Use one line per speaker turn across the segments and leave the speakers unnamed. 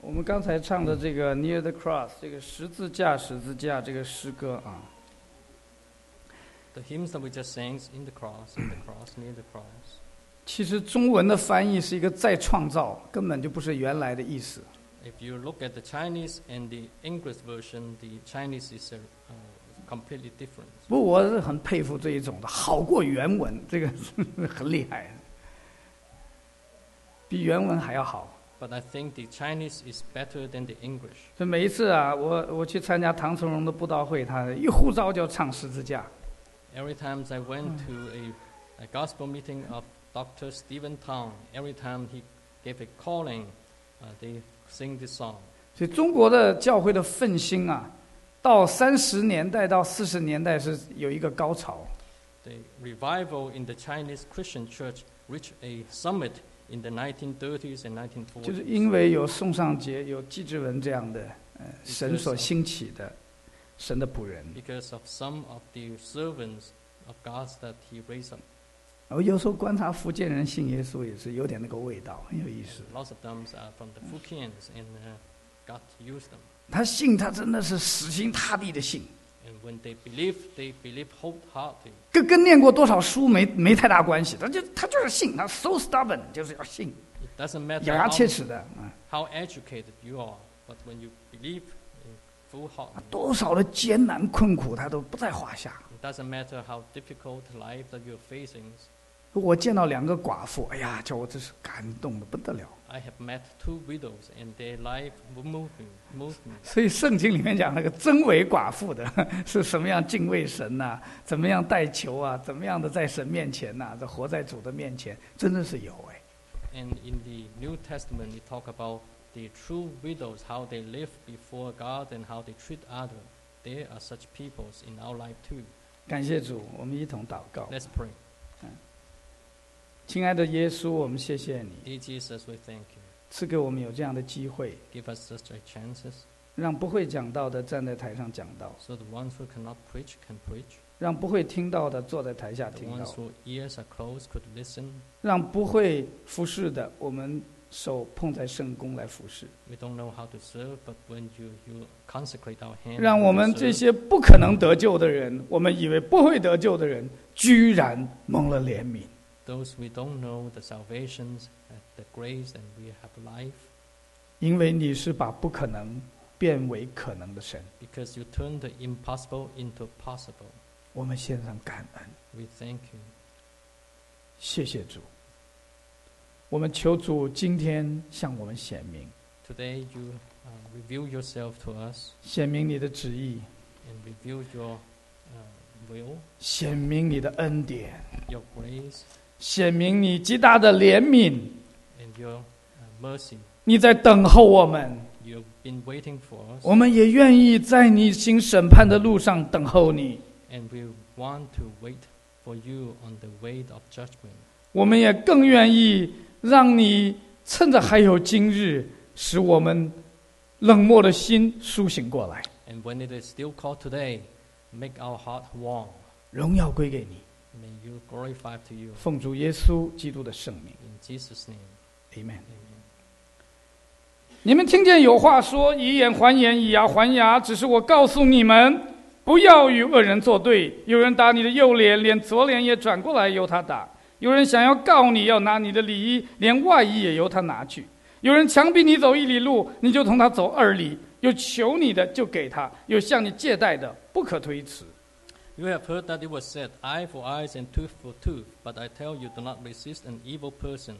我们刚才唱的这个《Near the Cross》这个十字架，十字架这个诗歌啊，
The hymns that we just sang, in the cross, in the cross, near the cross.
其实中文的翻译是一个再创造，根本就不是原来的意思。
If you look at the Chinese and the English version, the Chinese is uh, uh, completely different.
不过我是很佩服这一种的，好过原文，这个是很厉害，比原文还要好。
But I think the Chinese is better than the English.
所以每一次啊，我我去参加唐崇荣的布道会，他一呼召就唱十字架。
Every time I went to a, a gospel meeting of Dr. Stephen Tong, every time he gave a calling, uh, they sing this song.
所以中国的教会的奋兴啊，到三十年代到四十年代是有一个高潮。
The revival in the Chinese Christian church reached a summit in the 1930s and 1940s.
就是因为有宋尚节、有季志文这样的，呃，神所兴起的，神的仆人。
because of some of the servants of God that he raised up.
我有时候观察福建人信耶稣也是有点那个味道，很有意思。
Lots of them are from the Fukians, and uh, God used them.
他信，他真的是死心塌地的信。
And when they believe, they believe wholeheartedly.
跟跟念过多少书没没太大关系，他就他就是信，他 so stubborn 就是要信，
It doesn't matter
咬牙
how,
切齿的啊，
how educated you are, but when you believe in full heart,
多少的艰难困苦他都不在话下。
it doesn't matter how difficult life that you're facing.
我见到两个寡妇，哎呀，叫我真是感动的不得了。
I have met two widows, and their life moved me. Moved me.
所以圣经里面讲那个真为寡妇的 是什么样敬畏神呐、怎么样代求啊？怎么样的在神面前呐、这活在主的面前，真的是有哎。
And in the New Testament, it talk about the true widows, how they live before God and how they treat others. There are such peoples in our life too.
感谢主，我们一同祷告。
Let's pray.
亲爱的耶稣，我们谢谢你
Dear Jesus, we thank you.
赐给我们有这样的机会，
Give us such a chances
让不会讲道的站在台上讲道，
so the ones who cannot preach can preach.
让不会听到的坐在台下
The
听到
ones，whose ears are closed could listen.
让不会服侍的我们手碰在圣宫来服侍，
We don't know how to serve, but when you, you consecrate our hands,
让我
we
们
serve.
这些不可能得救的人，我们以为不会得救的人，居然蒙了怜悯。
those we don't know the salvations, uh, the grace, and we have life.
因为你是把不可能变为可能的神，
Because you turn the impossible into possible.
我们献上感恩，
We thank you.
谢谢主。我们求主今天向我们显明，
Today you uh, reveal yourself to us
显明你的旨意，
and reveal your uh, will,
显明你的恩典，
your grace,
显明你极大的怜悯。
and your uh, mercy.
你在等候我们，
You've been waiting for us,
我们也愿意在你行审判的路上等候你。
and we want to wait for you on the way of judgment.
我们也更愿意让你趁着还有今日，使我们冷漠的心苏醒过来，
And when it is still called today, make our heart warm.
荣耀归给你。
May you glorify to you.
奉主耶稣基督的圣名
In Jesus' name,
，Amen。
amen.
你们听见有话说：“以眼还眼，以牙还牙。”只是我告诉你们，不要与恶人作对。有人打你的右脸，连左脸也转过来由他打；有人想要告你，要拿你的里衣，连外衣也由他拿去；有人强逼你走一里路，你就同他走二里；有求你的，就给他；有向你借贷的，不可推辞。
You have heard that it was said, Eye for eyes and tooth for tooth, but I tell you, do not resist an evil person.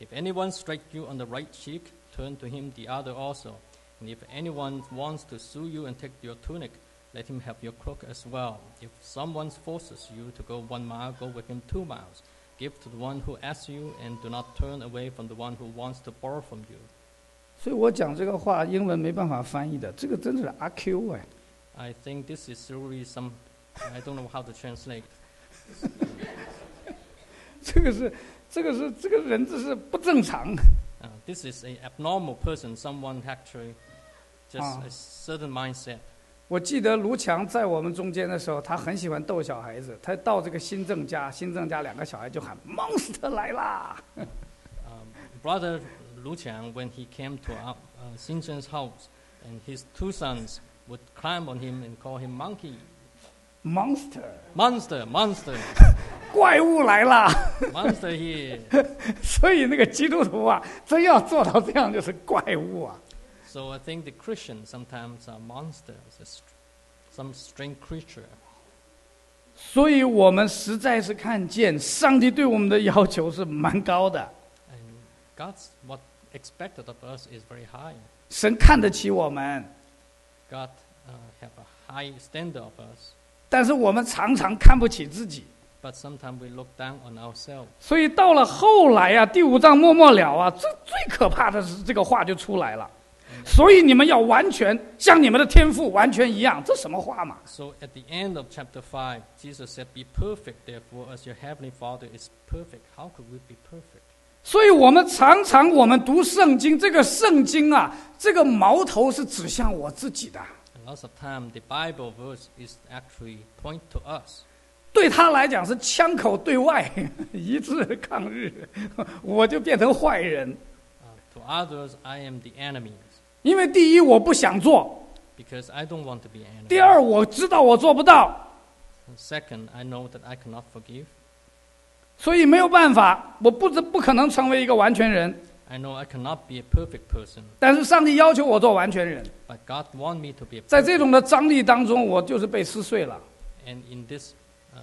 If anyone strikes you on the right cheek, turn to him the other also. And if anyone wants to sue you and take your tunic, let him have your cloak as well. If someone forces you to go one mile, go with him two miles. Give to the one who asks you, and do not turn away from the one who wants to borrow from you.
所以我讲这个话，英文没办法翻译的，这个真是阿 Q 哎。
I think this is really some, I don't know how to translate.
这个是，这个是，这个人这是不正常。
Uh, this is an abnormal person, someone actually just
Ah.
a certain mindset.
我记得卢强在我们中间的时候，他很喜欢逗小孩子。他到这个新郑家，新郑家两个小孩就喊 “monster 来啦
Um, brother Lu Qiang when he came to uh, uh, Xin Chen's house, and his two sons would climb on him and call him monkey,
Monster，
monster, monster,
怪物来了。
monster here.
所以那个基督徒啊，真要做到这样，就是怪物啊。
So I think the Christians sometimes are monsters, a str- some strange creature.
所以我们实在是看见上帝对我们的要求是蛮高的，
And God's what expected of us is very high.
神看得起我们，
God uh, have a high standard of us,
但是我们常常看不起自己。
but sometimes we look down on ourselves.
所以到了后来啊，第五章末末了啊，这最可怕的是这个话就出来了。所以你们要完全像你们的天赋完全一样，这什么话嘛？
So at the end of chapter 5, Jesus said, Be perfect, therefore, as your heavenly Father is perfect. How could we be perfect?
所以我们常常我们读圣经，这个圣经啊，这个矛头是指向我自己的。
And lots of time, the Bible verse is actually point to us.
对他来讲是枪口对外， 一致抗日，我就变成坏人。
Uh, to others, I am the enemy,
因为第一我不想做，
because I don't want to be an
第
enemy.
二我知道我做不到，
And second, I know that I cannot forgive.
所以没有办法，我不知不可能成为一个完全人。
I know I cannot be a perfect person,
但是上帝要求我做完全人，
but God want me to be a
在这
perfect.
种的张力当中，我就是被撕碎了，
And in this, uh,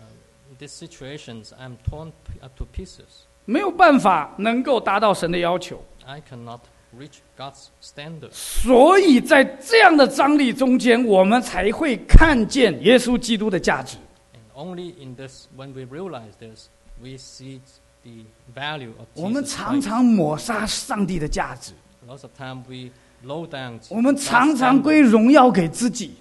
these situations, I'm torn p- uh, to pieces.
没有办法能够达到神的要求。
I cannot reach God's standard.
所以在这样的张力中间，我们才会看见耶稣基督的价值。
And only in this, when we realize this, we see the value of
我们
Jesus
常
Christ.
常抹杀上帝的价值。
Lots of time we low down.
我们
God's
常常
standard.
归荣耀给自己。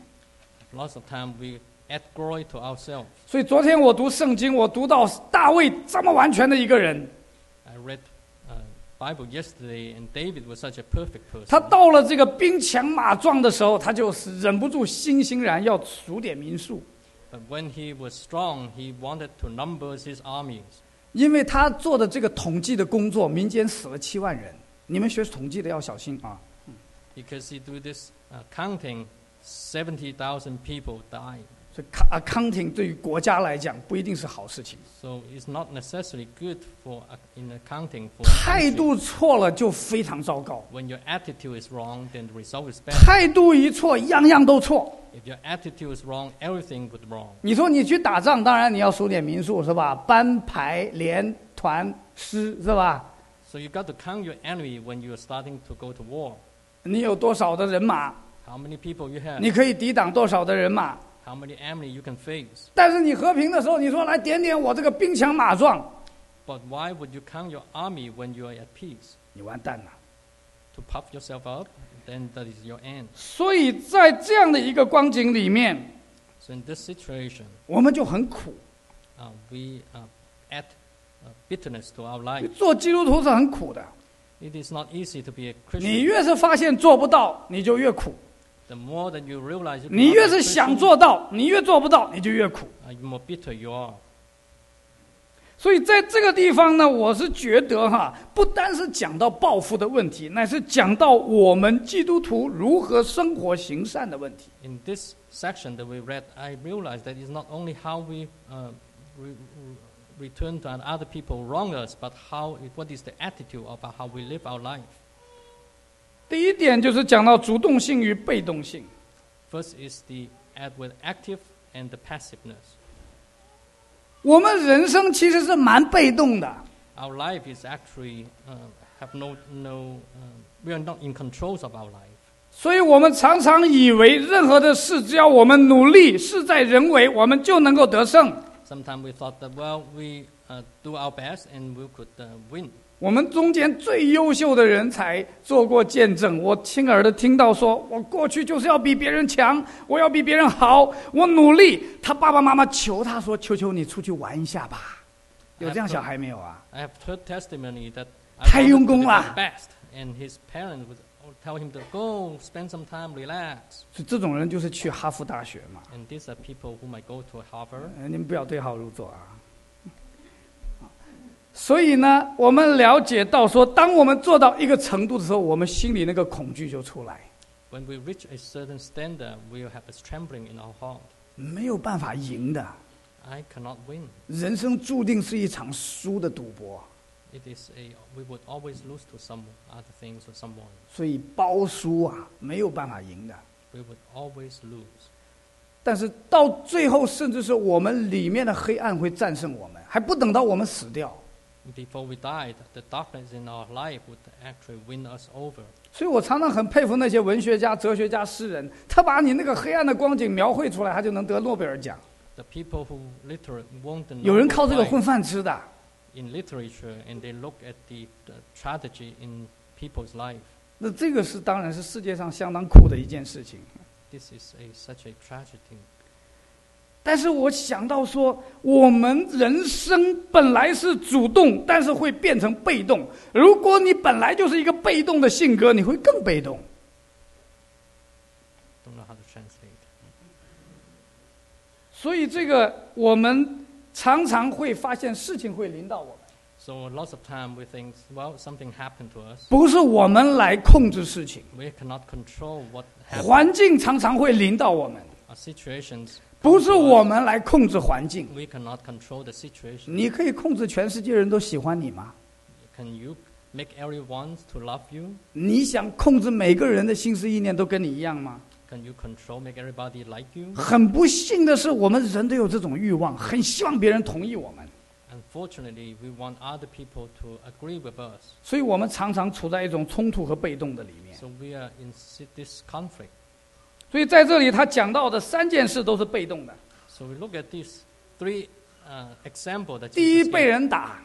Lots of time we add glory to ourselves.
所以昨天我读圣经，我读到大卫这么完全的一个人，
I read uh, Bible yesterday, and David was such a perfect
他
person.
到了这个兵强马壮的时候，他就是忍不住心欣然要数点民数，
But when he was strong, he wanted to number his armies.
因为他做的这个统计的工作，民间死了七万人。你们学统计的要小心啊！
Because he do this uh, counting, 70,000 people die.
这 accounting 对于国家来讲不一定是好事情，
So it's not necessarily good for uh, in accounting for. a
态
country.
度错了就非常糟糕，
When your attitude is wrong, then the result is bad.
态度一错，样样都错。
If your attitude is wrong, everything would wrong.
你说你去打仗，当然你要数点民数是吧？班排连团师是吧？
So you got to count your enemy when you are starting to go to war.
你有多少的人马，
How many people you have,
你可以抵挡多少的人马。
how many enemy you can face.
但是你和平的时候，你说来点点我这个兵强马壮，
But why would you count your army when you are at peace?
你完蛋了。
To puff yourself up, then that is your end.
所以在这样的一个光景里面，
So in this situation,
我们就很苦。
uh, we uh, add uh, bitterness to our life.
做基督徒是很苦的，
It is not easy to be a
你
Christian.
越是发现做不到，你就越苦；
The more that you realize you
你
cannot
越
be
是
a
想
Christian,
做到，你越做不到，你就越苦。
uh, the more bitter you are.
所以在这个地方呢，我是觉得哈，不单是讲到报复的问题，乃是讲到我们基督徒如何生活行善的问题。
In this section that we read, I realized that it's not only how we uh, re- re- return to other people wrong us, but how what is the attitude of how we live our life.
第一点就是讲到主动性与被动性。
First is the act- with active and the passiveness.
我们人生其实是蛮被动的，
Our life is actually uh, have no no. Um, we are not in control of our life.
所以我们常常以为任何的事只要我们努力，事在人为，我们就能够得胜。
Sometimes we thought that well, we uh, do our best and we could uh, win.
我们中间最优秀的人才做过见证，我亲耳的听到说，我过去就是要比别人强，我要比别人好，我努力。他爸爸妈妈求他说：“求求你出去玩一下吧。”有这样小孩没有啊？
I have heard testimony that
Thầy
I
Dung Cung
wanted to be
à?
the best, and his parents would tell him to go spend some time, relax.
所以这种人就是去哈佛大学嘛。
And these are people who might go to Harvard.
呃你们不要对号入座啊。所以呢，我们了解到说，当我们做到一个程度的时候，我们心里那个恐惧就出来，
When we reach a certain standard, we will have a trembling in our heart.
没有办法赢的。
I cannot win.
人生注定是一场输的赌博，
It is a we would always lose to some other things or someone.
所以包输啊，没有办法赢的。
We would always lose.
但是到最后，甚至是我们里面的黑暗会战胜我们，还不等到我们死掉。
Before we died, the darkness in our life would actually win us over.
所以我常常很佩服那些文学家、哲学家、诗人，他把你那个黑暗的光景描绘出来，他就能得诺贝尔奖。
The people who literally won the
有人靠这
Nobel
个混
Prize
饭吃的，
in literature, and they look at the, the tragedy in people's life.
那这个是当然是世界上相当酷的一件事情。
This is a such a tragedy.
但是我想到说，我们人生本来是主动，但是会变成被动。如果你本来就是一个被动的性格，你会更被动。
Don't know how to translate.
所以这个我们常常会发现事情会临到我们，
So lots of time we think, well, something happened to us.
不是我们来控制事情，
We cannot control what happened.
环境常常会临到我们，
Our situations.
不是
come to
我
us.
们来控制环境。
We cannot control the situation.
你可以控制全世界人都喜欢你吗？
Can you make everyone to love you?
你想控制每个人的心思意念都跟你一样吗？
Can you control make everybody like you?
很不幸的是，我们人都有这种欲望，很希望别人同意我们，
Unfortunately, we want other people to agree with us.
所以我们常常处在一种冲突和被动的里面。
So we are in si- this conflict.
所以在这里，他讲到的三件事都是被动的：
So we look at these three uh, examples that
第一，
Jesus
被
gave.
人打；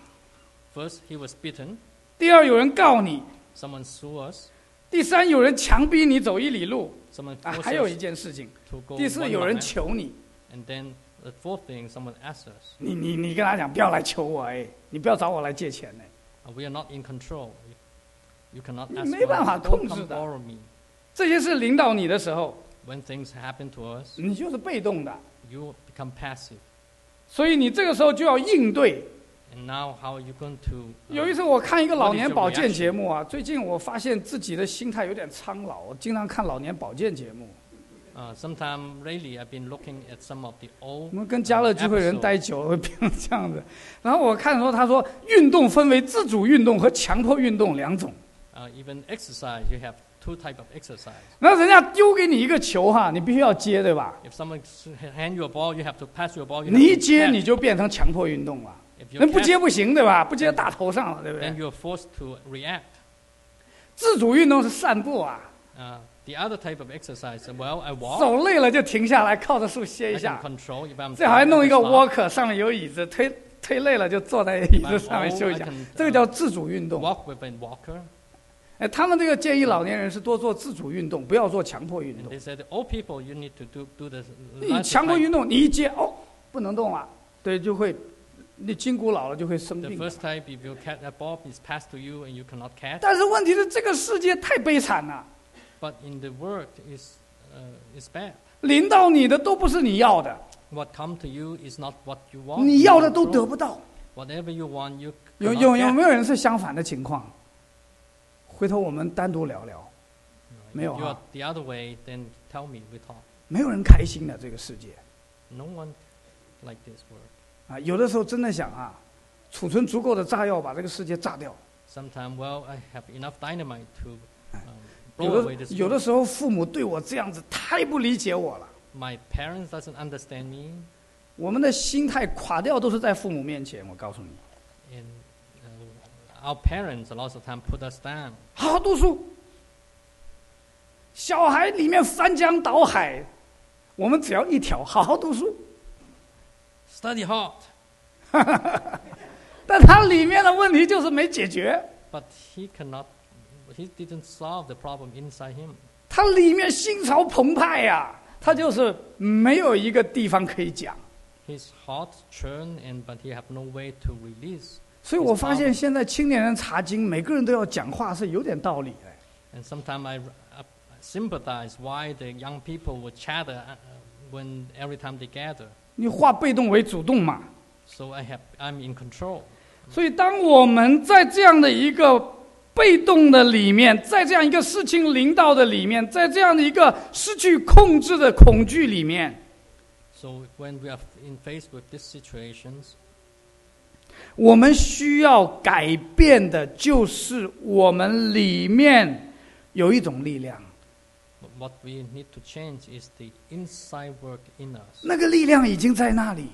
First, he was beaten.
第二，有人告你；
Someone sued us.
第三，有人强逼你走一里路
Someone
啊，
forced
还有一
us
件事情，
to go
第四，
one
有人
mile.
求你，
And then the fourth thing, someone asks us.
你你你跟他讲不要来求我哎，你不要找我来借钱哎，
Uh, We are not in control. You cannot
你
ask
没办法
one, don't
控制
come
的。
borrow me.
这些事领导你的时候，
When things happen to us,
你就是被动的，
you become passive.
所以你这个时候就要应对。
And now how are you going to... uh,
有一次我看一个老
What is
年
your
保健
reaction？
节目啊，最近我发现自己的心态有点苍老，我经常看老年保健节目。
uh, sometime lately I've been looking at some of the
我
old...
们跟家乐聚会人
episode
待久了会变成这样子。然后我看的时候，他说运动分为自主运动和强迫运动两种。
Uh, even exercise, you have two type of exercise.
那人家丢给你一个球哈，你必须要接，对吧？
If someone s- hand you a ball, you have to pass your ball. You
你一
have to
接
catch.
你就变成强迫运动了，
If you
人不
catch,
接不行，对吧？不接打头上了，对不对
then？you are forced to react.
自主运动是散步啊，
Uh, the other type of exercise, uh, well, I walk.
走累了就停下来，靠着树歇
I
一
can
下。
control if I'm
最好还弄一个
tired, I can
walker，上面有椅子，推推累了就坐在椅子上面休息一下
Well, I can, uh,。
这个叫自主运
stop.
动。
walk with a walker.
哎，他们这个建议老年人是多做自主运动，不要做强迫运
And
动。
they said, old people, you need to do, do this.
你强迫运动，你一接哦，不能动了，对，就会你筋骨老了就会生
The
病。
first type, if you catch a ball, it's passed to you and you cannot catch.
但是问题是，这个世界太悲惨了，
But in the world, it's, uh, it's bad.
临到你的都不是你要的，
What come to you is not what you want.
你
you
要的都
control.
得不到。
Whatever you want, you
有
cannot
有有
get.
没有人是相反的情况？回头我们单独聊聊，
If
没有啊。
you are the other way, then tell me, we talk.
没有人开心的这个世界。
No one like this world.
啊，有的时候真的想啊，储存足够的炸药把这个世界炸掉。
Sometimes, well, I have enough dynamite to um,
有
blow away
的
this
有的
world.
时候父母对我这样子太不理解我了，
My parents doesn't understand me,
我们的心态垮掉都是在父母面前。我告诉你，
and uh, our parents a lot of time put us down.
好好读书。小孩里面翻江倒海，我们只要一条，好好读书。
Study hard,
但它里面的问题就是没解决，
but he cannot. He didn't solve the problem inside him.
它里面心潮澎湃呀、它就是没有一个地方可以讲。
His heart churned, and but he have no way to release.
所以我发现现在青年人查经，每个人都要讲话是有点道理的。
And sometimes I, uh, sympathize why the young people would chatter uh, when every time they gather.
你化被动为主动嘛，
So I have, I'm in control.
所以，当我们在这样的一个被动的里面，在这样一个事情领导的里面，在这样的一个失去控制的恐惧里面，
So when we are in faced with these situations,
我们需要改变的就是我们里面有一种力量，
what we need to change is the inside work in us.
那个力量已经在那里，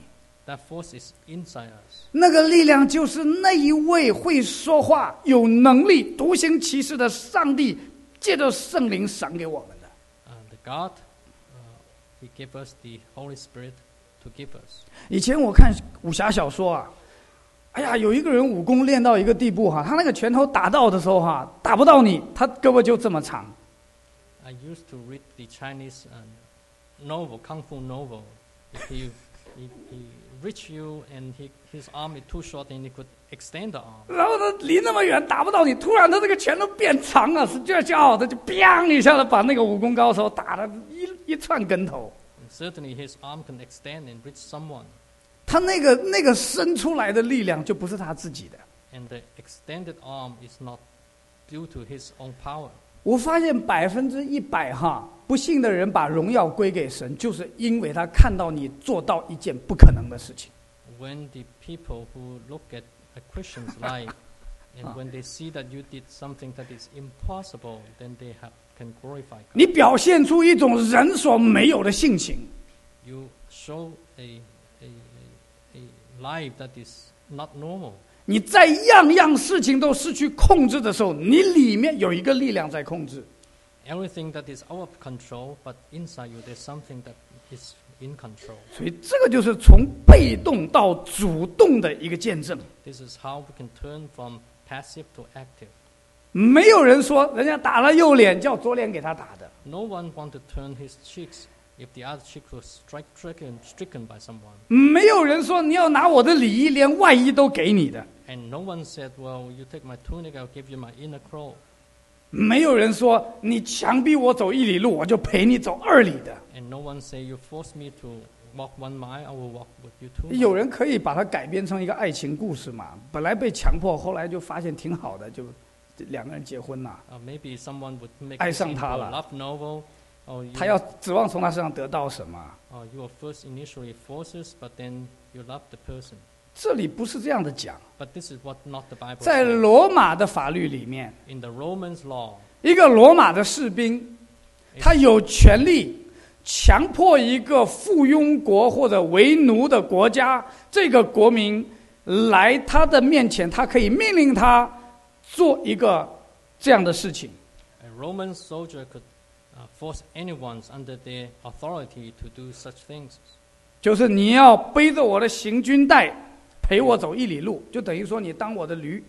That force is inside us.
那个力量就是那一位会说话、有能力、独行其事的上帝借着圣灵赏给我们的。
And the God, uh, He gave us the Holy Spirit to give us.
以前我看武侠小说啊，哎呀，有一个人武功练到一个地步哈、他那个拳头打到的时候哈、啊打不到你，他胳膊就这么长。
I used to read the Chinese uh, novel, Kung Fu novel. If he, he, he reached you and he, his arm is too short and he could extend the arm.
然后他离那么远打不到你，突然他这个拳头变长了，是这骄傲，他就砰一下子把那个武功高手打了一一串跟头。
And certainly his arm can extend and reach someone.
他那个那个伸出来的力量就不是他自己的。
And the extended arm is not due to his own power.
我发现百分之一百哈，不幸的人把荣耀归给神，就是因为他看到你做到一件不可能的事情。
When the people who look at a Christian's life and when they see that you did something that is impossible, then they have, can glorify God.
你表现出一种人所没有的性情，
You show a, a, a, a life that is not normal.
你在样样事情都失去控制的时候，你里面有一个力量在控制。
Everything that is out of control, but inside you there's something that is in control.
所以这个就是从被动到主动的一个见证。
This is how we can turn from passive to active.
没有人说人家打了右脸叫左脸给他打的，
No one want to turn his cheeks if the other cheek was strike stricken, stricken by someone.
没有人说你要拿我的里衣连外衣都给你的，
And no one said, Well, you take my tunic, I'll give you my inner cloak.
没有人说你强逼我走一里路我就陪你走二里的。
And no one said, You force me to walk one mile, I will walk with you two.
有
miles."
人可以把它改编成一个爱情故事嘛？本来被强迫，后来就发现挺好的，就两个人结婚了。
Uh, maybe someone would make
爱
this
上
into
他
a
了。
love novel, or you,
他要指望从他身上得到什么？
or you are first initially forces, but then you love the person.
这里不是这样的讲，
But this is what not the Bible
在
says.
罗马的法律里面，
In the Romans law,
一个罗马的士兵，他有权利强迫一个附庸国或者为奴的国家这个国民来他的面前，他可以命令他做一个这样的事情。
a Roman soldier could uh, force anyone under their authority to do such things.
就是你要背着我的行军带，陪我走一里路，就等于说你当我的驴。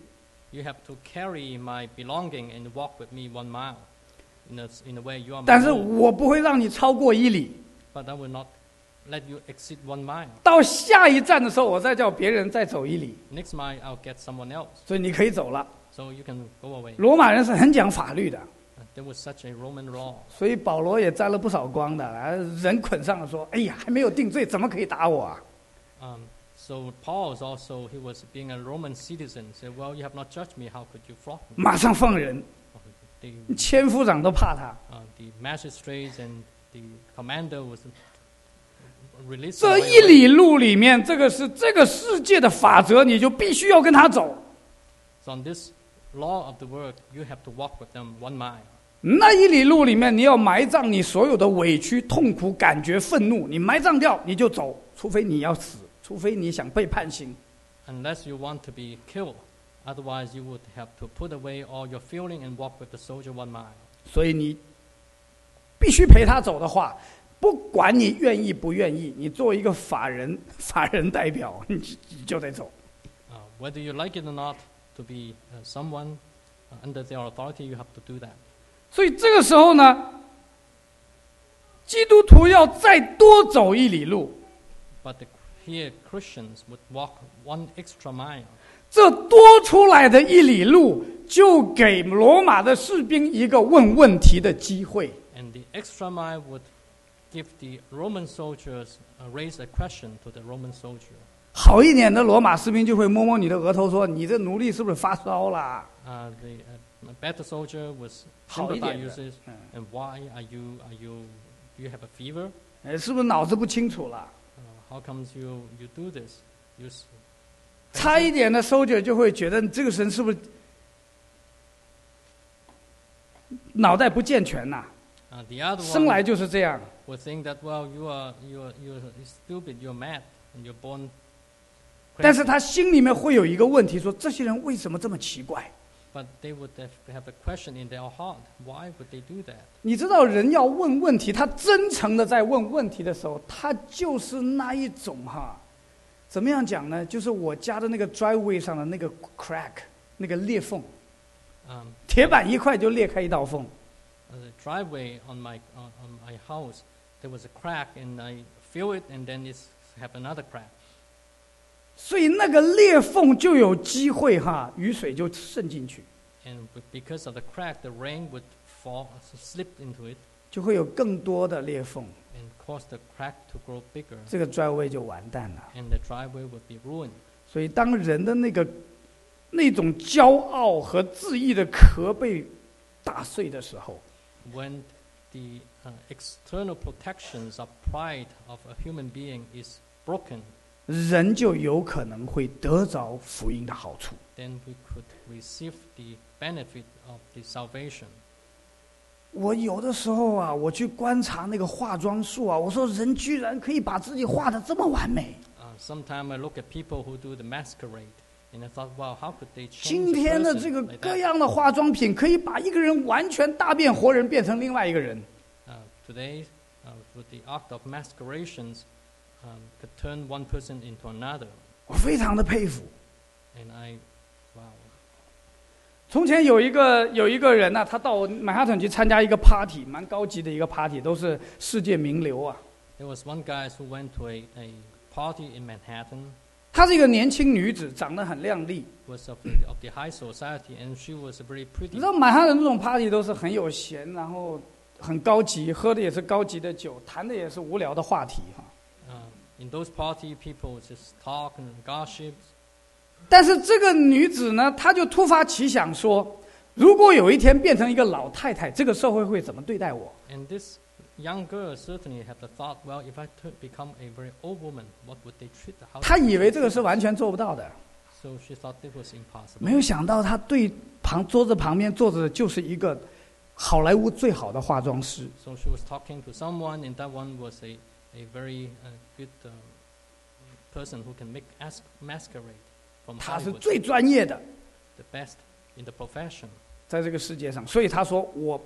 You have to carry my belonging and walk with me one mile. In a, in a way, you are
但
my
是
lord,
我不会让你超过一里。
but I will not let you exceed one mile.
到下一站的时候，我再叫别人再走一里，
Next mile, I'll get someone else,
所以你可以走了。
so you can go away.
罗马人是很讲法律的，
Uh, There was such a Roman law.
所以保罗也沾了不少光的。啊人捆上了说：“哎呀，还没有定罪，怎么可以打我啊
Um, so Paul is also, he was being a Roman citizen, said, well, you have not judged me, how could you flog？” me?
马上放人，
Uh, The,
千夫长都怕他。
uh, the magistrates and the commander was released.
这
away
一
away.
里路里面，这个是这个世界的法则，你就必须要跟他走。
So on this law of the world, you have to walk with them one mile.
那一里路里面，你要埋葬你所有的委屈、痛苦、感觉、愤怒，你埋葬掉，你就走，除非你要死，除非你想被判刑。
unless you want to be killed. Otherwise, you would have to put away all your feeling and walk with the soldier one mile.
所以你必须陪他走的话，不管你愿意不愿意，你作为一个法人 法人代表，你就你就得走。
Uh, whether you like it or not, to be uh, someone uh, under their authority, you have to do that.
所以这个时候呢，基督徒要再多走一里路，
But the, here, Christians would walk one extra mile.
这多出来的一里路，就给罗马的士兵一个问问题的机会。
And the extra mile would give the Roman soldiers, uh, raise a question to the Roman soldier.
好一点的罗马士兵就会摸摸你的额头，说：“你这奴隶是不是发烧啦
Uh, the uh, better soldier was
好一点
sympathize
的
users，and why are you are you do you have a fever?
呃，是不是脑子不清楚了？”
Uh, how comes you you do this? You s-
差一点的 soldier 就会觉得你这个人是不是脑袋不健全呐、
uh, the other
生
one
来就是这样。
would think that well you are you are you are stupid, you're mad, and you're born.
但
crazy.
是他心里面会有一个问题说这些人为什么这么奇怪？
But they would have, have a question in their heart. Why would they do that?
你知道，人要问问题，他真诚的在问问题的时候，他就是那一种哈，怎么样讲呢？就是我家的那个 driveway 上的那个 crack，那个裂缝，
Um,
铁板一块就裂开一道缝。
on the driveway on my on, on my house, there was a crack, and I feel it, and then it's have another crack.
所以那个裂缝就有机会哈，雨水就渗进去，
and b- because of the crack, the rain would fall, slip into it,
就会有更多的裂缝，
and cause the crack to grow bigger,
这个 driveway 就完蛋了。
and the driveway would be ruined.
所以，当人的那个那种骄傲和自意的壳被打碎的时候，
When the uh, external protections of pride of a human being is broken,
人就有可能会得着福音的好处。
then we could receive the benefit of the salvation.
我有的时候啊，我去观察那个化妆术啊，我说人居然可以把自己画的这么完美。
Uh, Sometimes I look at people who do the masquerade, and I thought, wow, how could they
今
change
天
a
的这个
person like
各
that?
样的化妆品，可以把一个人完全大变活人，变成另外一个人。
Uh, today, uh, with the act of masquerations, um, could turn one person into another.
我非常的佩服。
And I, wow.
从前有一个有一个人呢、他到曼哈顿去参加一个 party，蛮高级的一个 party，都是世界名流啊。
There was one guy who went to a, a party in Manhattan,
她是一个年轻女子，长得很靓丽。
was of the, of the high society, and she was very
你
pretty.
知道满汉人这种 party 都是很有闲，然后很高级，喝的也是高级的酒，谈的也是无聊的话题哈。
Uh, in those party, people just talk and gossip.
但是这个女子呢，她就突发奇想说，如果有一天变成一个老太太，这个社会会怎么对待我？
And this young girl certainly had the thought, well, if I tu- become a very old woman, what would they treat the
她
house?
以为这个是完全做不到的，
So she thought this was impossible.
没有想到她对旁桌子旁边坐着的就是一个好莱坞最好的化妆师。
So she was talking to someone, and that one was a, a very uh, good um, person who can make as- masquerade from
他是
Hollywood,
最专业的，
the best in the profession.
在这个世界上。所以他说：“我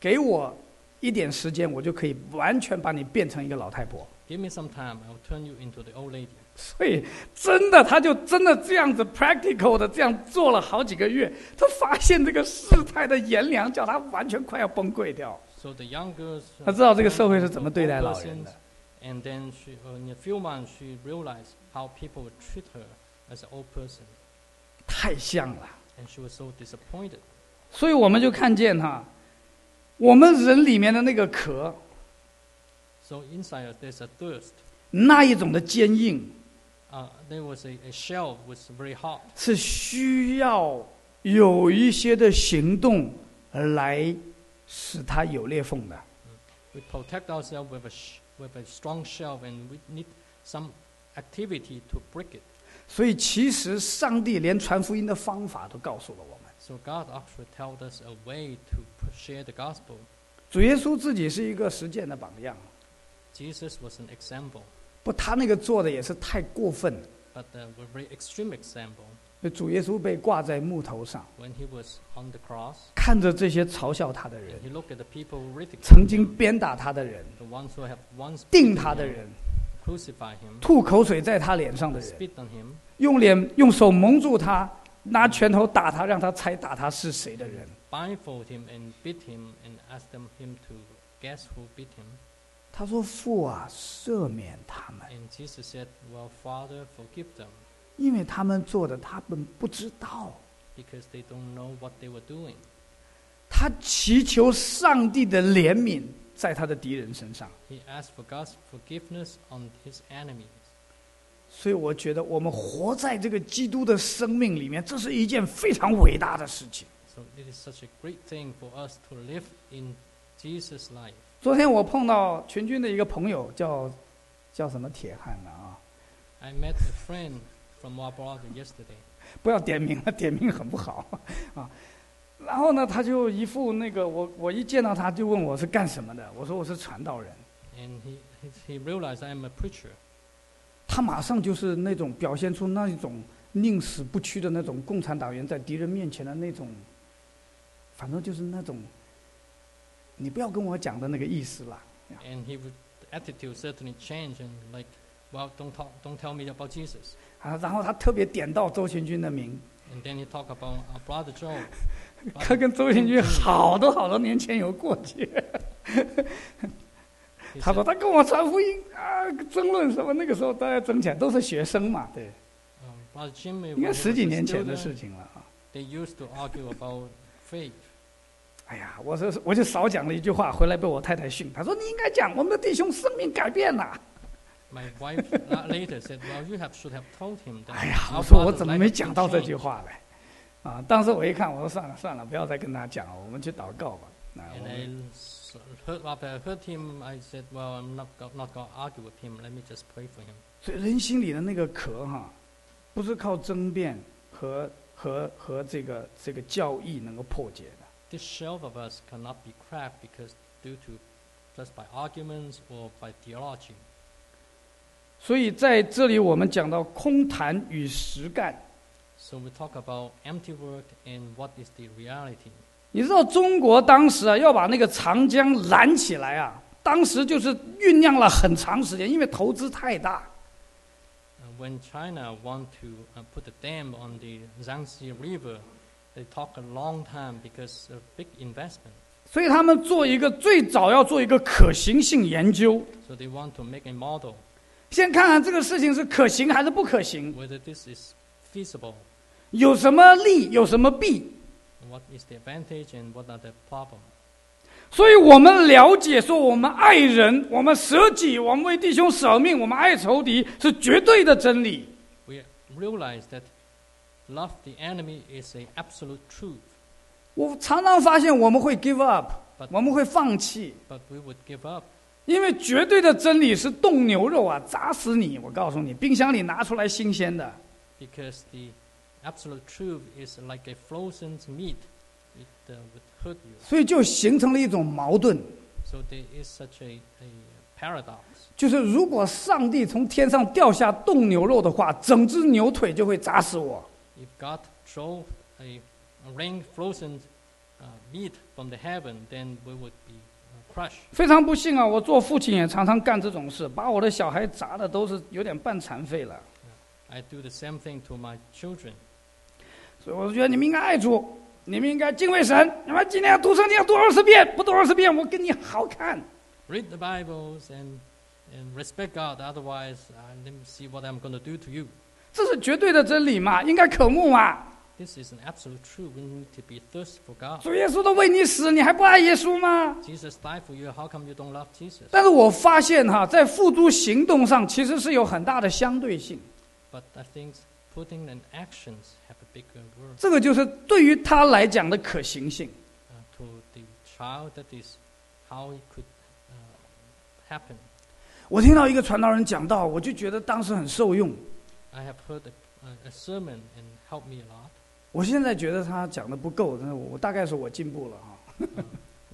给我一点时间，我就可以完全把你变成一个老太婆。
Give me some time, I'll turn you into the old lady. ”
所以真的，他就真的这样子 practical 的这样做了好几个月。他发现这个世态的炎凉，叫他完全快要崩溃掉。
So the young girls. uh,
她知道这个社会是怎么对待老人的。
young persons, And then she, uh, in a few months, she realized how people would treat her as an old person,
太像了。
and she was so disappointed.
所以我们就看见哈，我们人里面的那个壳，
So inside her, there's a thirst.
那一种的坚硬，
Uh, there was a, a shell was very hot.
是需要有一些的行动来使它有裂缝的。
We protect ourselves with a sh- with a strong shell, and we need some activity to break it.
所以，其实上帝连传福音的方法都告诉了我们。
So God actually tells us a way to p- share the gospel.
主耶稣自己是一个实践的榜样，
Jesus was an example,
不，他那个做的也是太过分了。
but uh, a very extreme example.
主耶稣被挂在木头上，
When he was on the cross,
看着这些嘲笑他的人
and，he looked at the people who ridiculed
曾
him,
经鞭打他的人，
the ones who have once
定
beaten
他的
him,
人，
crucified him,
吐口水在他脸上的人，
spit on him,
用脸用手蒙住他，拿拳头打他，让他猜打他是谁的人。
blindfold him, and beat him, and asked them him to guess who beat him.
他说：“父啊，赦免他们，
And Jesus said, "Well, Father, forgive them."
因为他们做的他们不知道。
because they don't know what they were doing. ”
他祈求上帝的怜悯在他的敌人身上。
He asked for God's forgiveness on his enemies.
所以我觉得我们活在这个基督的生命里面，这是一件非常伟大的事情。
So it is such a great thing for us to live in Jesus' life.
昨天我碰到全军的一个朋友，叫叫什么铁汉了啊？
I met a friend from Wabaga yesterday.
不要点名了，点名很不好 啊。然后呢，他就一副那个我我一见到他就问我是干什么的，我说我是传道人。
and he, he, he realized I am a preacher.
他马上就是那种表现出那一种宁死不屈的那种共产党员在敌人面前的那种，反正就是那种，你不要跟我讲的那个意思啦。
And he would, the attitude certainly changed and like, well, don't, talk, don't tell me about Jesus.
啊，然后他特别点到周行军的名，
And then he talked about our brother Joe.
他
Brother,
跟周行军好多好多年前有过节。
he
他
said,
说他跟我传福音啊，争论什么？那个时候大家争起来，都是学生嘛，对，
um, brother Jimmy,
应
when
该
he
十
was
几
a
年前的
student,
事情了啊。
they used to argue about faith.
哎呀，我说我就少讲了一句话，回来被我太太训，她说你应该讲我们的弟兄生命改变了。
My wife la- later said, well, you have, should have told him
哎
that
呀，我
our
说我
brother's
怎么
life
没
has
讲
been
到这
changed.
句话嘞？啊，当时我一看，我说算了算了，不要再跟他讲了，我们去祷告吧。那我
And
们
I s- heard, after I heard him, I said, well, I'm not, go- not going to argue with him. Let me just pray for him.
所以人心里的那个壳哈，不是靠争辩和和和这个这个教义能够破解的。
This shelf of us cannot be cracked because due to just by arguments or by theology.
所以在这里我们讲到空谈与实干。
So we talk about empty word and what is the reality.
你知道中国当时啊要把那个长江拦起来啊，当时就是酝酿了很长时间，因为投资太大。
Uh, when China want to uh, put a dam on the Yangtze River, they talk a long time because of big investment.
所以他们做一个最早要做一个可行性研究，
So they want to make a model
先看看这个事情是可行还是不可行，
whether this is feasible,
有什么利，有什么弊。
what is the advantage and what are the problem.
所以我们了解说，我们爱人，我们舍己，我们为弟兄舍命，我们爱仇敌，是绝对的真理。
We realize that love the enemy is an absolute truth.
我常常发现我们会 give up，
But-
我们会放弃，
But we would give up
因为绝对的真理是冻牛肉啊，砸死你！我告诉你，冰箱里拿出来新鲜的，
because the absolute truth is like a frozen meat. It uh, would hurt you.
所以就形成了一种矛盾，
So there is such a, a paradox.
就是如果上帝从天上掉下冻牛肉的话，整只牛腿就会砸死我。
If God throw a, a rain frozen uh, meat from the heaven, then we would be uh, crushed.
非常不幸啊，我做父亲也常常干这种事，把我的小孩砸的都是有点半残废了。
I do the same thing to my children.
所以我觉得你们应该爱主，你们应该敬畏神。你们今天要读圣经要读二十遍，不读二十遍我跟你好看。
Read the Bibles and, and respect God. Otherwise, uh, let me see what I'm going to do to you.
这是绝对的真理嘛，应该渴慕嘛。
This is an absolute truth. We need to be thirsty for God.
主耶稣都为你死，你还不爱耶稣吗？
Jesus died for you. How come you don't love Jesus?
但是我发现哈，在付诸行动上其实是有很大的相对性。
But I think putting in actions have a bigger word
这个就是对于他来讲的可行性。
uh, to the child. That is how it could uh, happen.
我听到一个传道人讲到，我就觉得当时很受用。
I have heard a, a- a sermon and helped me a lot.
我现在觉得他讲的不够，但是我我大概是我进步了哈。
Now I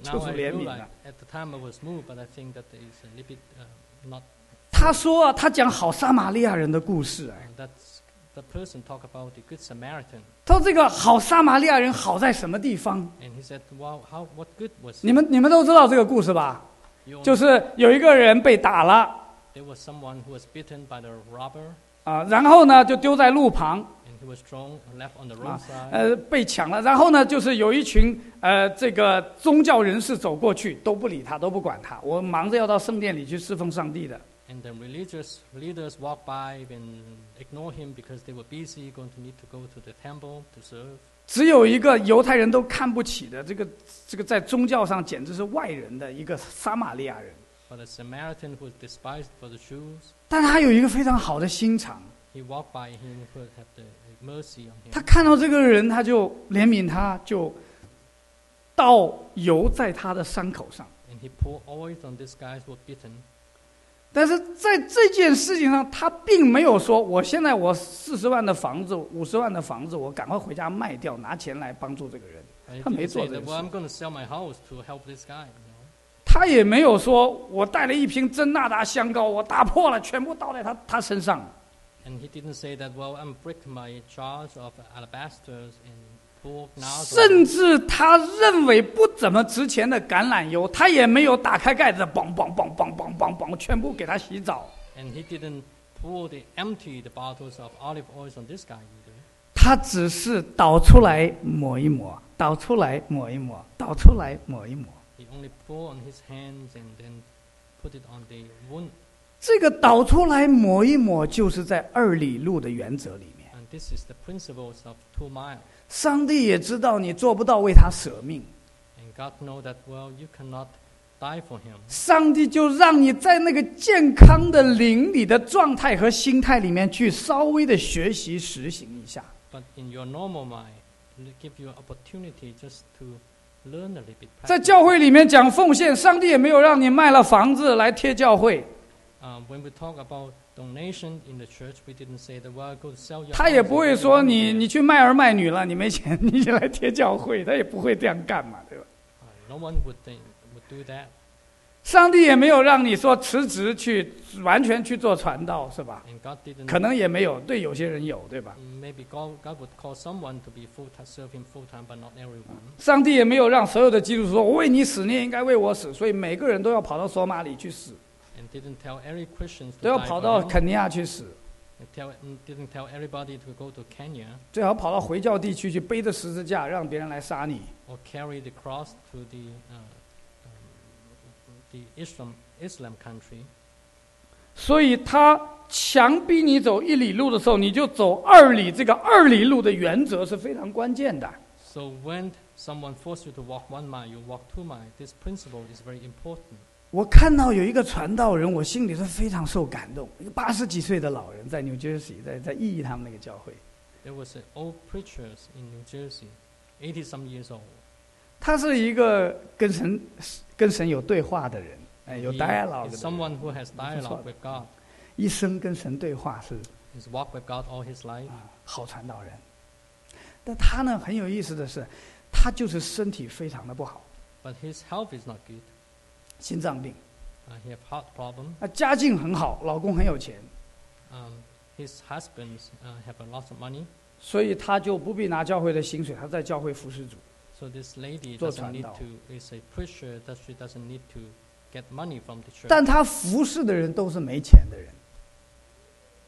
就是怜悯啊。
realize at the time I was moved, but I think that there is a little bit uh, not
他说啊，他讲好撒玛利亚人的故事，
uh,
哎，
that's the person talk about the good Samaritan,
他说这个好撒玛利亚人好在什么地方？
and he said, "Wow, how what good was
你们你们都知道这个故事吧？
you?
就是有一个人被打了
There was someone who was bitten by the robber,
啊，然后呢就丢在路旁，
and he was thrown left on the
啊
roadside."
呃，被抢了。然后呢，就是有一群呃，这个宗教人士走过去，都不理他，都不管他。我忙着要到圣殿里去侍奉上帝的。
And the religious leaders walk by and ignore him because they were busy going to need to go to the temple to serve.
只有一个犹太人都看不起的，这个这个在宗教上简直是外人的一个撒玛利亚人。
But the Samaritan who was despised for the Jews,
但他有一个非常好的心肠，
he walked by him who had the mercy on
他
him.
看到这个人，他就怜悯他，就倒油在他的伤口上。
And he poured oil on this guy who was beaten.
但是在这件事情上，他并没有说：“我现在我四十万的房子，五十万的房子，我赶快回家卖掉，拿钱来帮助这个人。
And he
他没
didn't say
做这个
that, well, I'm going to sell my house to help this guy. You know? ”
他也没有说：“我带了一瓶真纳达香膏，我打破了，全部倒在他他身上。
And he didn't say that, well, I'm break my jars of alabasters and pour ”nozzle.
甚至他认为不怎么值钱的橄榄油，他也没有打开盖子，梆梆梆梆梆梆梆，全部给他洗澡。
And he didn't pour the empty the bottles of olive oils on this guy either.
他只是倒出来抹一抹，倒出来抹一抹，倒出来抹一抹。
He only poured on his hands and then put it on the wound.
这个倒出来抹一抹，就是在二里路的原则里面。
And this is the principles of two miles.
上帝也知道你做不到为他舍命，
And God know that, well, you cannot die for him.
上帝就让你在那个健康的灵里的状态和心态里面去稍微的学习实行一下。
But in your normal mind, l- give you an opportunity just to learn a little bit.
在
practice.
教会里面讲奉献，上帝也没有让你卖了房子来贴教会，
Um, when we talk about donation in the church, we didn't say that, well, go sell your
他也
house
不会
and
说
donate
你
it."
你去卖儿卖女了，你没钱你就来贴教会，他也不会这样干嘛，对吧？
Uh, no one would, think, would do that.
上帝也没有让你说辞职去完全去做传道，是吧？
And God didn't
可能也没有，对有些人有，对吧？
Maybe God, God would call someone to be full time, serve Him full time, but not everyone.
上帝也没有让所有的基督徒说“我为你死，你也应该为我死”，所以每个人都要跑到索马里去死，
And didn't tell every Christian to
都要
die
跑
for
到
Him.
肯尼亚去死，
And tell, and didn't tell everybody to go to Kenya
最好跑到回教地区去背着十字架，让别人来杀你。
or carry the cross to the uh, um, the Islam Islam country.
所以他强逼你走一里路的时候，你就走二里。这个二里路的原则是非常关键的。
So when someone forces you to walk one mile, you walk two miles. This principle is very important.
我看到有一个传道人，我心里是非常受感动。一个八十几岁的老人在 New Jersey，在在意义他们那个教会，
There was an old preacher in New Jersey, 80 some years old.
他是一个跟神跟神有对话的人，哎，有
He
dialogue 的
is
人
someone who has
不错的。
dialogue with God.
一生跟神对话是
He's walked with God all his life.
啊好传道人。但他呢很有意思的是，他就是身体非常的不好，
But his health is not good.
心脏病。
Uh, he have heart problem.
啊，家境很好，老公很有钱，
Um, his husbands uh, have a lot of money.
所以他就不必拿教会的薪水，他在教会服侍主。
So this lady
做
doesn't
传
need
道。
to, is a preacher that she doesn't need to get money from the
但
church.
他服侍的人都是没钱的人，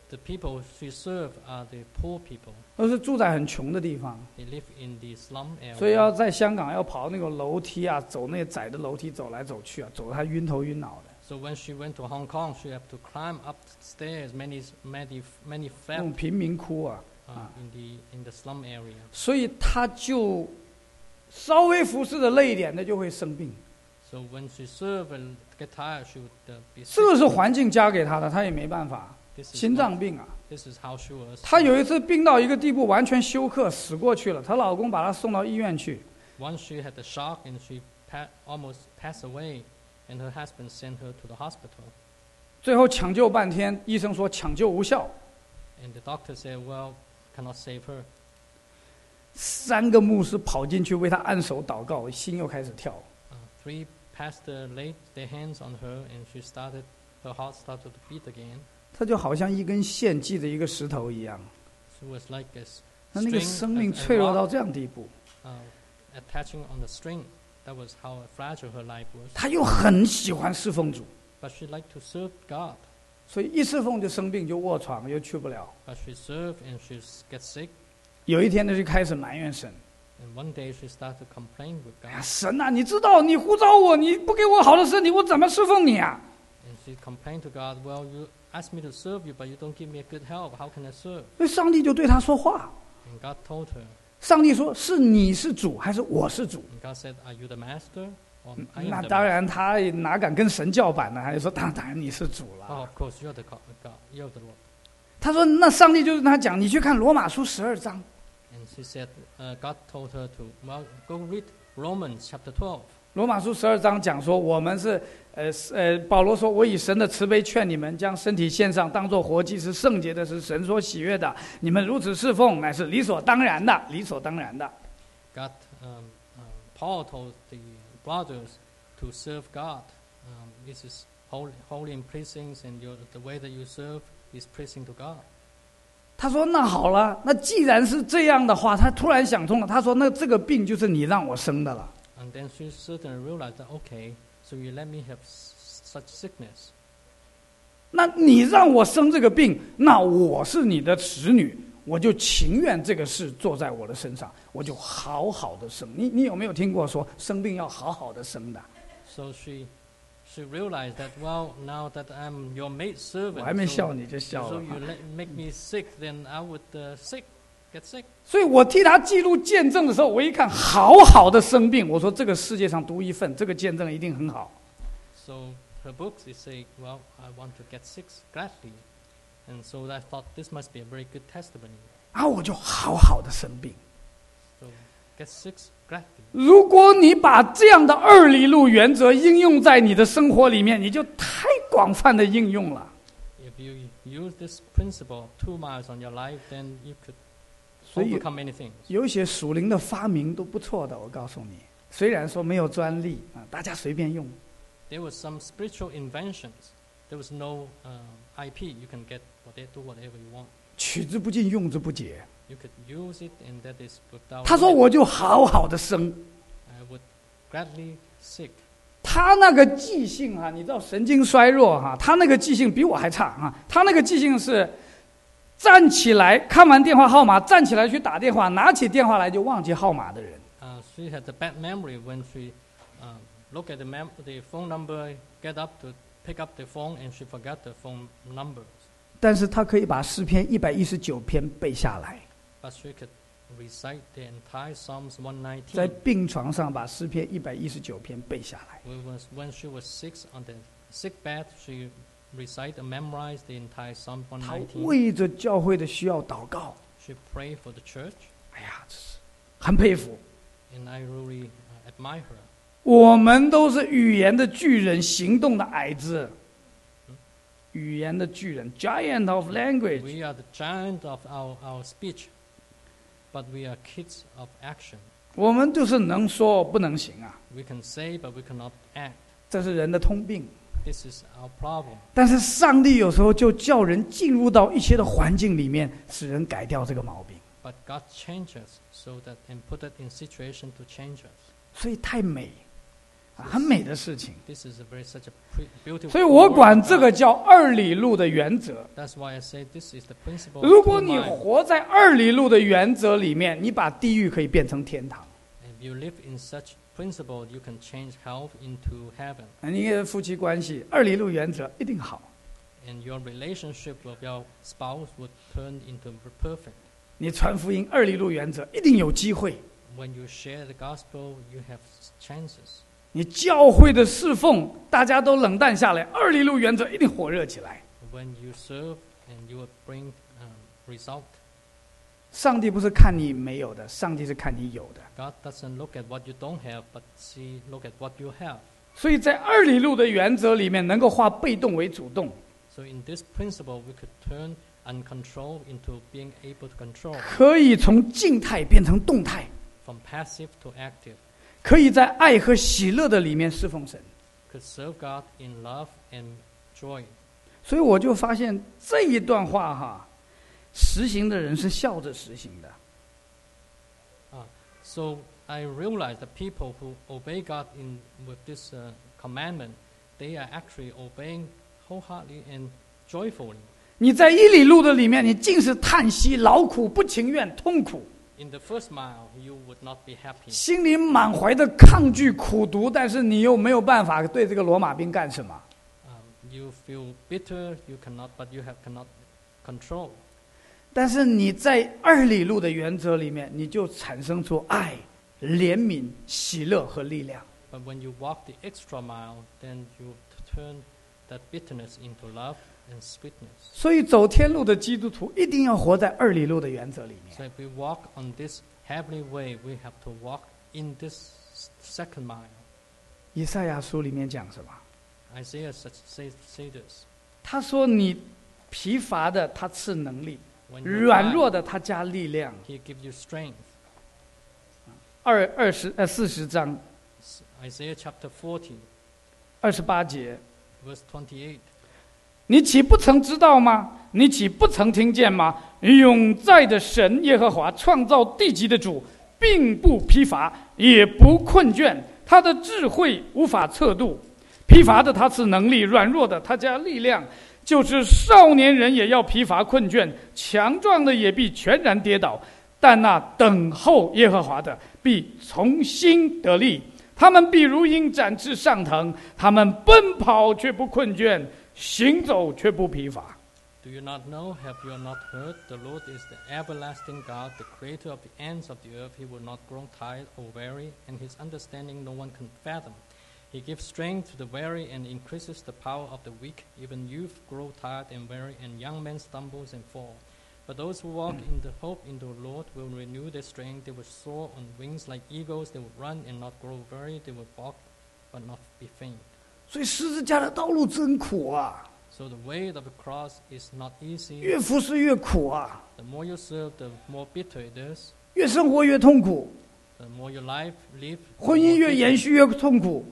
The people she serve are the poor people.
都是住在很穷的地方，
They live in the slum
所以要
area.
在香港要跑那个楼梯啊，走那窄的楼梯走来走去啊，走得他晕头晕脑的，
So when she went to Hong Kong, she have to climb upstairs many, many, many
那
flat
种贫民窟啊，
uh,
Mm. Ah.
in the in the slum area.
所以他就稍微服侍的累一点，他就会生病。
So when she serve and get tired, she would uh, be
这个
sick.
是环境加给他的，他也没办法，
This is,
心
what-
脏病啊。
this is how she was.
她有一次病到一个地步，完全休克，死过去了。她老公把她送到医院去，
Once she had a shock and she pa- almost passed away, and her husband sent her to the hospital.
最后抢救半天，医生说抢救无效。
And the doctor said, Well, cannot save her.
三个牧师跑进去为她按手祷告，心又开始跳。
Uh, three pastors laid their hands on her, and she started, her heart started to beat again.
她就好像一根线系着一个石头一样，
She was like a s-
她那
string
个生
a-
命
a
脆弱
rock,
到这样地步。
uh, attaching on the string. That was how fragile her life was.
她又很喜欢侍奉主，
But she liked to serve God.
所以一侍奉就生病，就卧床，又去不了。
But she served and she s- get sick.
有一天，她就开始埋怨神
And one day she started to complain with：“
哎
God.
呀，神呐、你知道你呼召我，你不给我好的身体，我怎么侍奉你啊？”
And she complained to God, Well, you asked me to serve you, but you don't give me a good help. How can I serve?
所以上帝就对她说话。
And God told her,
上帝说：“是你是主，还是我是主？
And God said, Are you the master? Or I am
那
the
当
Lord.
然，他也哪敢跟神叫板呢？他就说：“当然你是主了。
Oh, of course, you're the God. God, You're the Lord.
他说：“那上帝就跟他讲，你去看罗马书十二章。
And she said, uh, God told her to well, go read Romans chapter 12.
罗马书十二章讲说，我们是，呃是呃，保罗说：‘我以神的慈悲劝你们，将身体献上，当作活祭，是圣洁的，是神所喜悦的。你们如此侍奉，乃是理所当然的，理所当然的。
God, um, um, Paul told the brothers to serve God. Um, this is holy, holy and pleasing, and your, the way that you serve is pleasing to God. ’
他说：‘那好了，那既然是这样的话，他突然想通了。他说：‘那这个病就是你让我生的了。’”
And then she certainly realized that, okay, so you let me have s- such sickness.
那你让我生这个病，那我是你的使女，我就情愿这个事做在我的身上，我就好好的生。你你有没有听过说生病要好好的生的？
So she, she realized that, well, now that I'm your maid
我
servant,
还没
so,
笑你就笑
so
了
you。let, make me sick, then I would uh, sick, get sick.
所以我替他记录见证的时候，我一看好好的生病，我说这个世界上独一份，这个见证一定很好。
So her books, they say, well, I want to get sick gladly. And so I thought this must be a very good testimony.
啊，我就好好的生病。
So get sick gladly.
如果你把这样的二离路原则应用在你的生活里面，你就太广泛的应用了。
If you use this principle two miles on your life, then you could
所以
overcome many things.
有一些属灵的发明都不错的，我告诉你。虽然说没有专利啊，大家随便用，
There was some spiritual inventions. There was no um, IP. You can get whatever, do whatever you want.
取之不尽，用之不竭。
You could use it, and that is without.
他说：“
limit.
我就好好的生。
I would gladly sick. ”
他那个记性啊，你知道神经衰弱哈、他那个记性比我还差啊。他那个记性是站起来看完电话号码，站起来去打电话，拿起电话来就忘记号码的人。
Uh, she had a bad memory when she um, looked at the, mem- the phone number, get up to pick up the phone, and she forgot the phone numbers.
但是他可以把诗篇一百一十九篇背下来，
But she could recite the entire Psalms 119.
在病床上把诗篇一百一十九篇背下来。
When, was, when she was sick on the sick bed, she recited and memorized the entire Psalm
他
119.
为着教会的需要祷告。
She prayed for the church.
哎呀，这是很佩服。
and I really uh, admire her.
我们都是语言的巨人，行动的矮子。语言的巨人，giant of language。
We are the giant of our, our speech, but we are kids of action.
我们就是能说不能行啊，
We can say, but we cannot act.
这是人的通病。
This is our problem.
但是上帝有时候就叫人进入到一些的环境里面，使人改掉这个毛病。
But God changed us so that and put us in situation to change us.
所以太美，啊很美的事情。
This is a very such a pre- beautiful.
所以我
work of
管这个
God.
叫二里路的原则。
That's why I say this is the principle. of
如果
two
你
minds.
活在二里路的原则里面，你把地狱可以变成天堂。
If you live in such principle, you can change hell into heaven,
啊你的夫妻关系二里路原则一定好。
and your relationship with your spouse would turn into perfect.
你传福音二里路原则一定有机会。
When you share the gospel, you have chances.
你教会的侍奉大家都冷淡下来，二里路原则一定火热起来。
When you serve, and you will bring um, result.
上帝不是看你没有的，上帝是看你有的。
God doesn't look at what you don't have, but see, look at what you have.
所以在二里路的原则里面，能够化被动为主动，
So in this principle, we could turn uncontrol into being able to control,
可以从静态变成动态，
from passive to active.
可以在爱和喜乐的里面侍奉神。
Could serve God in love and joy.
所以我就发现这一段话哈，实行的人是笑着实行的。
So I realize that people who obey God in with this uh, commandment, they are actually obeying wholeheartedly and joyfully.
你在一里路的里面，你尽是叹息、劳苦、不情愿、痛苦，
In the first mile, you would not be happy.
心里满怀的抗拒、苦毒，但是你又没有办法对这个罗马兵干什么。
Um, you feel bitter. You cannot, but you have cannot control.
但是你在二里路的原则里面，你就产生出爱、怜悯、喜乐和力量。
But when you walk the extra mile, then you t- turn that bitterness into love and sweetness.
所以走天路的基督徒一定要活在二里路的原则里面。
So if we walk on this heavenly way, we have to walk in this s- second mile.
以赛亚书里面讲什么？
Isaiah such, say, say this.
他说：“你疲乏的他赐能力，
When you
软弱
die,
的他加力量。
he gives you strength.
二”二十呃四十章
S- Isaiah chapter 40,
二十八节，
verse 28.
你岂不曾知道吗？你岂不曾听见吗？永在的神耶和华，创造地级的主，并不疲乏，也不困倦，他的智慧无法测度。疲乏的他赐能力，软弱的他加力量。就是少年人也要疲乏困倦，强壮的也必全然跌倒。但那等候耶和华的，必重新得力。他们必如鹰展翅上腾，他们奔跑却不困倦，行走却不疲乏。
Do you not know? Have you not heard? The Lord is the everlasting God, the creator of the ends of the earth. He will not grow tired or weary, and his understanding no one can fathom. He gives strength to the weary and increases the power of the weak. Even youth grow tired and weary, and young men stumbles and fall. But those who walk in the hope in the Lord will renew their strength. They will soar on wings like eagles. They will run and not grow weary. They will walk but not be faint.
所以十字架的道路真苦啊，
So the way of the cross is not easy.
越服侍越苦啊，
The more you serve, the more bitter it is.
越生活越痛苦，
The more your life live, the
婚姻
more
越
bitter.
延续越痛苦，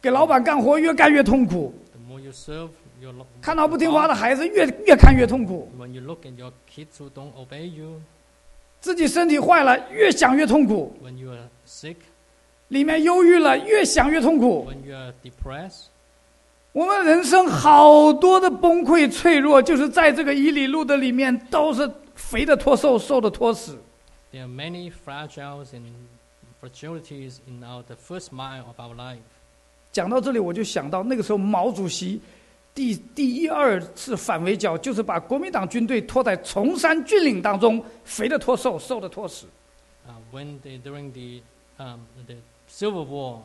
给老板干活越干越痛苦，
The more you serve your lo-
看到不听话的孩子越越看越痛苦，
When you look at your kids who don't obey you,
自己身体坏了越想越痛苦，
when you are sick,
里面忧郁了越想越痛苦。
when you are depressed,
我们人生好多的崩溃脆弱，就是在这个以里路的里面，都是肥的脱瘦，瘦的脱死。
there are many fragiles and fragilities in our the first mile of our life.
讲到这里，我就想到那个时候毛主席第第一二次反围剿，就是把国民党军队拖在崇山峻岭当中，肥的脱瘦，瘦的脱死。
Uh, when they during the um, the civil war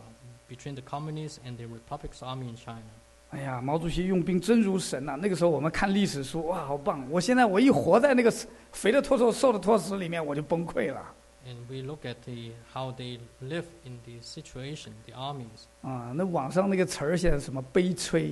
between the communists and the Republic's army in China.
哎呀，毛主席用兵真如神呐、那个时候我们看历史书，哇，好棒！我现在我一活在那个肥的脱瘦、瘦的脱死里面，我就崩溃了。
And we look at the, how they live in the situation, the armies.
啊，那网上那个词儿现在什么悲催，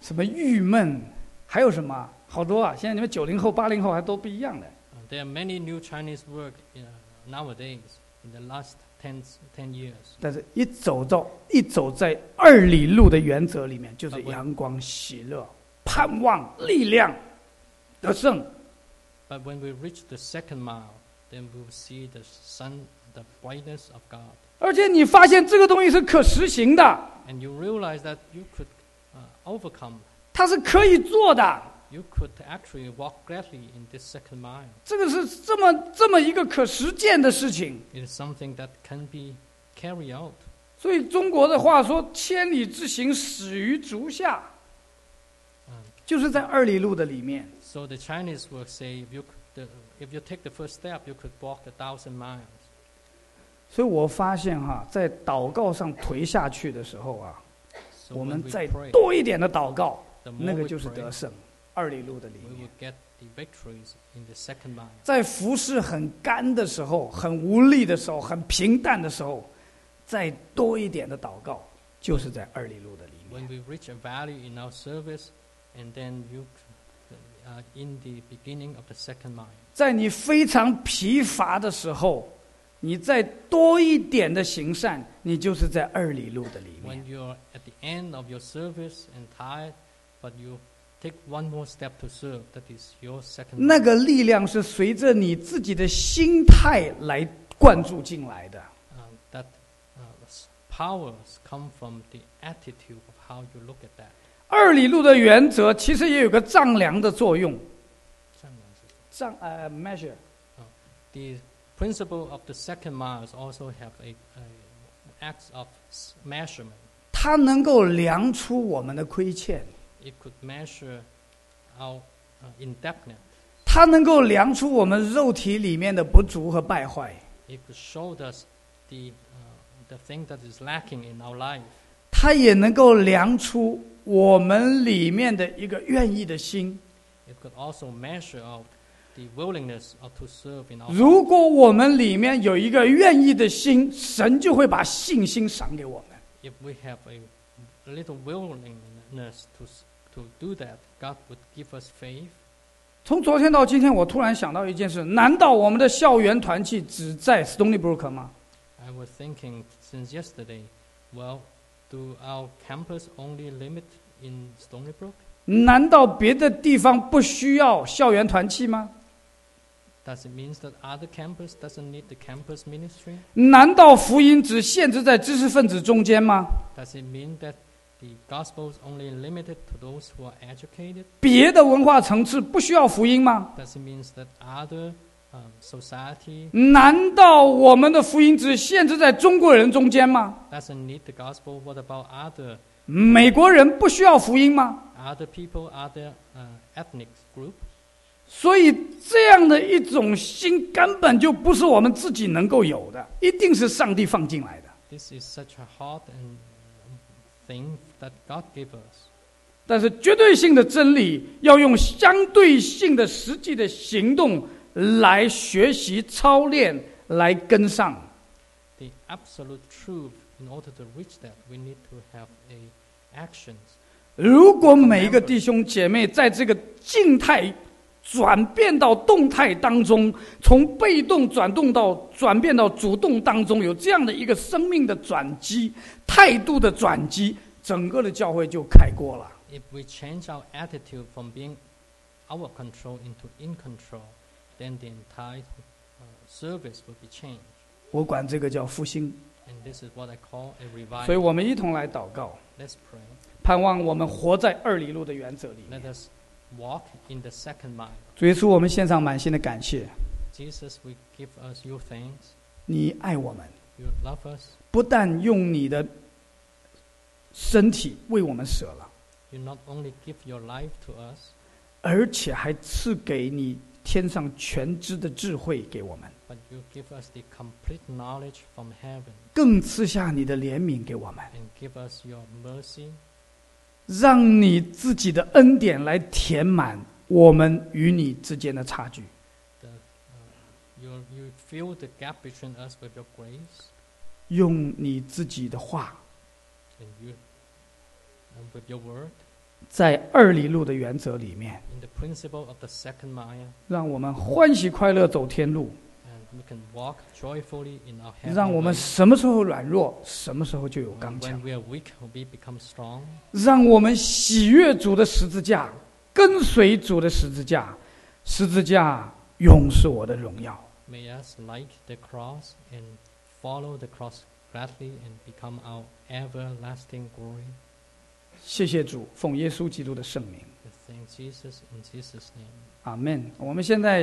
什么郁闷，还有什么好多啊！现在你们九零后、八零后还都不一样的。
Uh, There are many new Chinese words uh, nowadays in the last 10, s- 10 years.
但是，一走到一走在二里路的原则里面，就是阳光、喜乐、盼望、力量、得胜。
But when we reach the second mile, then we will see the sun, the brightness of God.
而且你发现这个东西是可实行的，
And you realize that you could uh, overcome,
它是可以做的。
you could actually walk gladly in this second mile.
这个是这么这么一个可实践的事情。
It is something that can be carried out.
所以中国的话说“千里之行，始于足下”，
Um,
就是在二里路的里面。
so the Chinese will say if you, c- the, if you take the first step, you could walk a thousand miles.
所以我发现哈，在祷告上颓下去的时候啊，
So
我
when
们
we
再
pray,
多一点的祷告，
the more
那个
we
就是
pray,
得胜。二里路的里
we
面
will，get the victories in the second mile.
在服侍很干的时候、很无力的时候、很平淡的时候，再多一点的祷告，就是在二里路的里面
When。we reach a value in our service, and then you uh, in the beginning of the second mile.
在你非常疲乏的时候，你再多一点的行善，你就是在二里路的里面
When。you're at the end of your service and tired, but you take one more step to serve, that is your second
那
mile.
个力量是随着你自己的心态来灌注进来的。
Uh, that uh, s- powers come from the attitude of how you look at that.
二里路的原则其实也有个丈量的作用，丈呃 measure，
The principle of the second mile is also have a, a acts of s- measurement.
它能够量出我们的亏欠，
it could measure our uh, indebtedness.
它能够量出我们肉体里面的不足和败坏，
It could show us the, uh, the thing that is lacking in our life.
他也能够量出我们里面的一个愿意的心。
It could also measure out the willingness of to serve in our life.
如果我们里面有一个愿意的心，神就会把信心赏给我们。
If we have a little willingness to, s- to do that, God would give us faith.
从昨天到今天，我突然想到一件事：难道我们的校园团契只在 Stony Brook 吗？
I was thinking since yesterday, well, do our campus only limit in Stony Brook?
难道别的地方不需要校园团契吗？
Does it mean that other campus doesn't need the campus ministry?
难道福音只限制在知识分子中间吗？
Does it mean that the gospel is only limited to those who are educated?
别的文化层次不需要福音吗？
Does it mean that other um, society
难道我们的福音只限制在中国人中间吗？
doesn't need the gospel? What about other
美国人不需要福音吗？
other people, other uh, ethnic group?
所以这样的一种心根本就不是我们自己能够有的，一定是上帝放进来的。
This is such a hard and um, thing that God gave us.
但是绝对性的真理要用相对性的实际的行动来学习操练，来跟上。
The absolute truth. In order to reach that, we need to have a actions.
如果每一个弟兄姐妹在这个静态转变到动态当中，从被动转动到转变到主动当中，有这样的一个生命的转机、态度的转机，整个的教会就开锅了。
If we change our attitude from being our control into in control, then the entire uh, service will be changed.
我管这个叫复兴，
And this is what I call a
所以
revival.
我们一同来祷告，
Let's pray.
盼望我们活在二里路的原则里面
Let。us walk in the second mile.
主耶稣，我们献上满心的感谢，
Jesus, we give us your thanks.
你爱我们，
You love us.
不但用你的身体为我们舍了。
You not only give your life to us,
而且还赐给你天上全知的智慧给我们，
but you give us the complete knowledge from heaven
更赐下你的怜悯给我们，
and give us your mercy
让你自己的恩典来填满我们与你之间的差距。
the, uh, you, you fill the gap between us with your grace
用你自己的话，
and you and with your word
在二里路的原则里面，
in the principle of the second mile
让我们欢喜快乐走天路，
and we can walk joyfully in our
让我
heavenly
们
way.
什么时候软弱，什么时候就有
When
刚强
when，we are weak, we become strong.
让我们喜悦主的十字架，跟随主的十字架，十字架永是我的荣耀。
May us like the cross and follow the cross gladly and become our everlasting glory.
谢谢主，奉耶稣基督的圣名，
We thank Jesus in Jesus' name.
阿门。我们现在